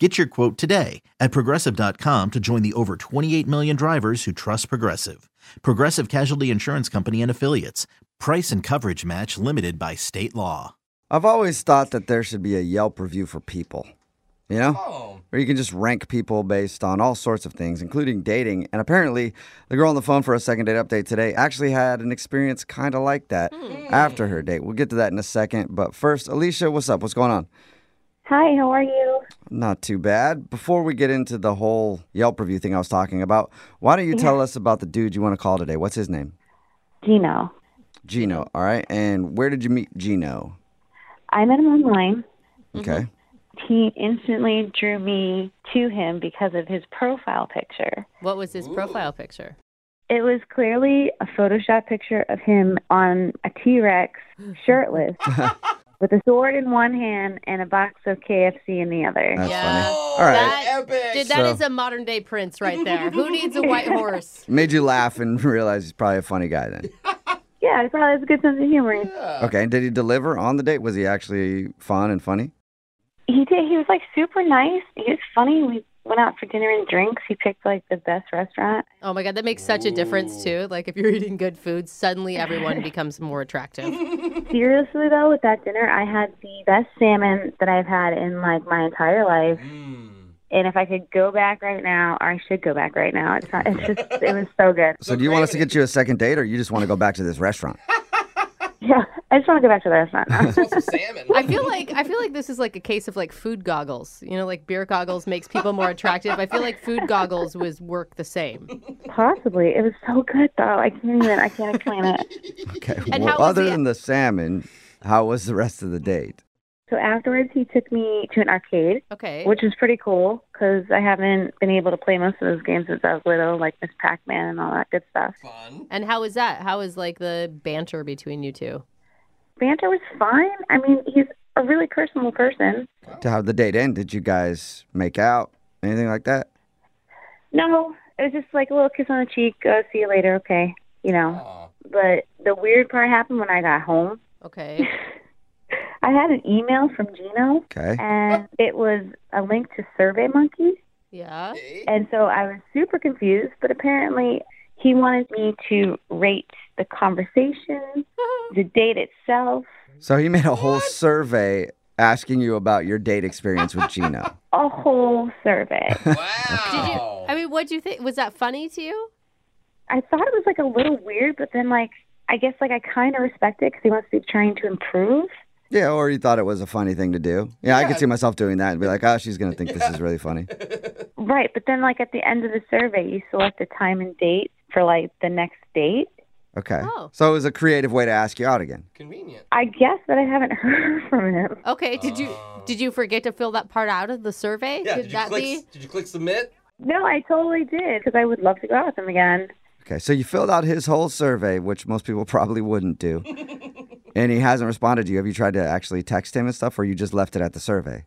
Get your quote today at progressive.com to join the over 28 million drivers who trust Progressive. Progressive Casualty Insurance Company and Affiliates. Price and coverage match limited by state law. I've always thought that there should be a Yelp review for people, you know? Where you can just rank people based on all sorts of things, including dating. And apparently, the girl on the phone for a second date update today actually had an experience kind of like that after her date. We'll get to that in a second. But first, Alicia, what's up? What's going on? Hi, how are you? Not too bad. Before we get into the whole Yelp review thing I was talking about, why don't you tell us about the dude you want to call today? What's his name? Gino. Gino, all right? And where did you meet Gino? I met him online. Okay. He instantly drew me to him because of his profile picture. What was his profile picture? It was clearly a Photoshop picture of him on a T Rex, shirtless, with a sword in one hand and a box of KFC in the other. That's Yeah. Oh, funny. All right. epic. Dude, So- that is a modern day prince right there. Who needs a white horse? Made you laugh and realize he's probably a funny guy then. yeah, he probably has a good sense of humor. Uh, Okay, and did he deliver on the date? Was he actually fun and funny? He did. He was like super nice. He was funny. We went out for dinner and drinks. He picked like the best restaurant. Oh my god, that makes such a difference too. Like if you're eating good food, suddenly everyone becomes more attractive. Seriously though, with that dinner, I had the best salmon that I've had in like my entire life. And if I could go back right now, or I should go back right now. It's not. It's just. it was so good. So, do you want us to get you a second date, or you just want to go back to this restaurant? Yeah, I just want to go back to the restaurant. Now. I feel like I feel like this is like a case of like food goggles. You know, like beer goggles makes people more attractive. I feel like food goggles was work the same. Possibly, it was so good though. I can't even. I can't explain it. Okay. And well, how was other the- than the salmon, how was the rest of the date? So afterwards, he took me to an arcade, Okay. which is pretty cool because I haven't been able to play most of those games since I was little, like Miss Pac-Man and all that good stuff. and how was that? How was like the banter between you two? Banter was fine. I mean, he's a really personable person. To how the date end? Did you guys make out? Anything like that? No, it was just like a little kiss on the cheek. Oh, see you later. Okay, you know. But the weird part happened when I got home. Okay. I had an email from Gino, Okay. and it was a link to SurveyMonkey, Yeah. and so I was super confused. But apparently, he wanted me to rate the conversation, the date itself, So he made a whole survey asking you about your date experience with Gino. a whole survey. Did you I mean, what do you think? Was that funny to you? I thought it was like a little weird, but then like I guess like I kind of respect it because he wants to be trying to improve. Yeah, or you thought it was a funny thing to do. Yeah, I could see myself doing that and be like, oh, she's going to think this is really funny. Right, but then like at the end of the survey, you select a time and date for like the next date. Okay. Oh. So it was a creative way to ask you out again. Convenient. I guess that I haven't heard from him. Okay. Did you did you forget to fill that part out of the survey? Uh, Yeah. Could Did, you that click, be? did you click submit? No, I totally did because I would love to go out with him again. Okay, so you filled out his whole survey, which most people probably wouldn't do. and he hasn't responded to you. Have you tried to actually text him and stuff, or you just left it at the survey?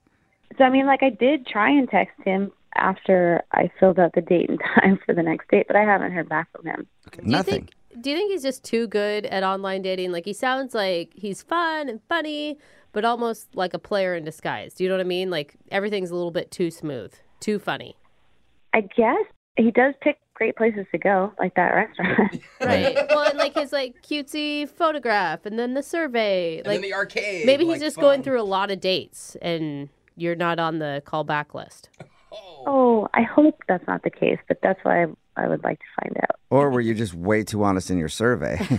So I mean, like I did try and text him after I filled out the date and time for the next date, but I haven't heard back from him. Okay, Do you nothing. think do you think he's just too good at online dating? Like he sounds like he's fun and funny, but almost like a player in disguise. Do you know what I mean? Like everything's a little bit too smooth, too funny. I guess he does pick great places to go, like that restaurant. Right. well, and like his like cutesy photograph and then the survey. And like then the arcade. maybe he's like, just fun. going through a lot of dates and you're not on the call back list. oh, I hope that's not the case, but that's why I, I would like to find out. Or were you just way too honest in your survey?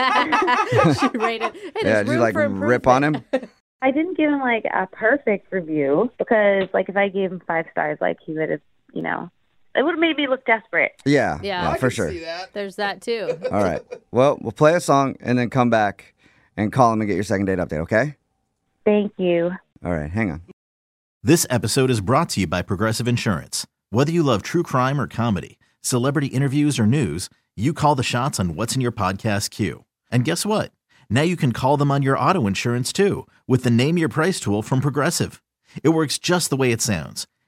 she rated hey, yeah, did there's you room like for rip on improvement. him? I didn't give him like a perfect review because like if I gave him five stars, like he would have, you know, it would have made me look desperate. Yeah, Yeah. I for I sure. See that? There's that too. All right. Well, we'll play a song and then come back and call him and get your second date update, okay? Thank you. All right, hang on. This episode is brought to you by Progressive Insurance. Whether you love true crime or comedy, celebrity interviews or news, you call the shots on what's in your podcast queue. And guess what? Now you can call them on your auto insurance too with the Name Your Price tool from Progressive. It works just the way it sounds.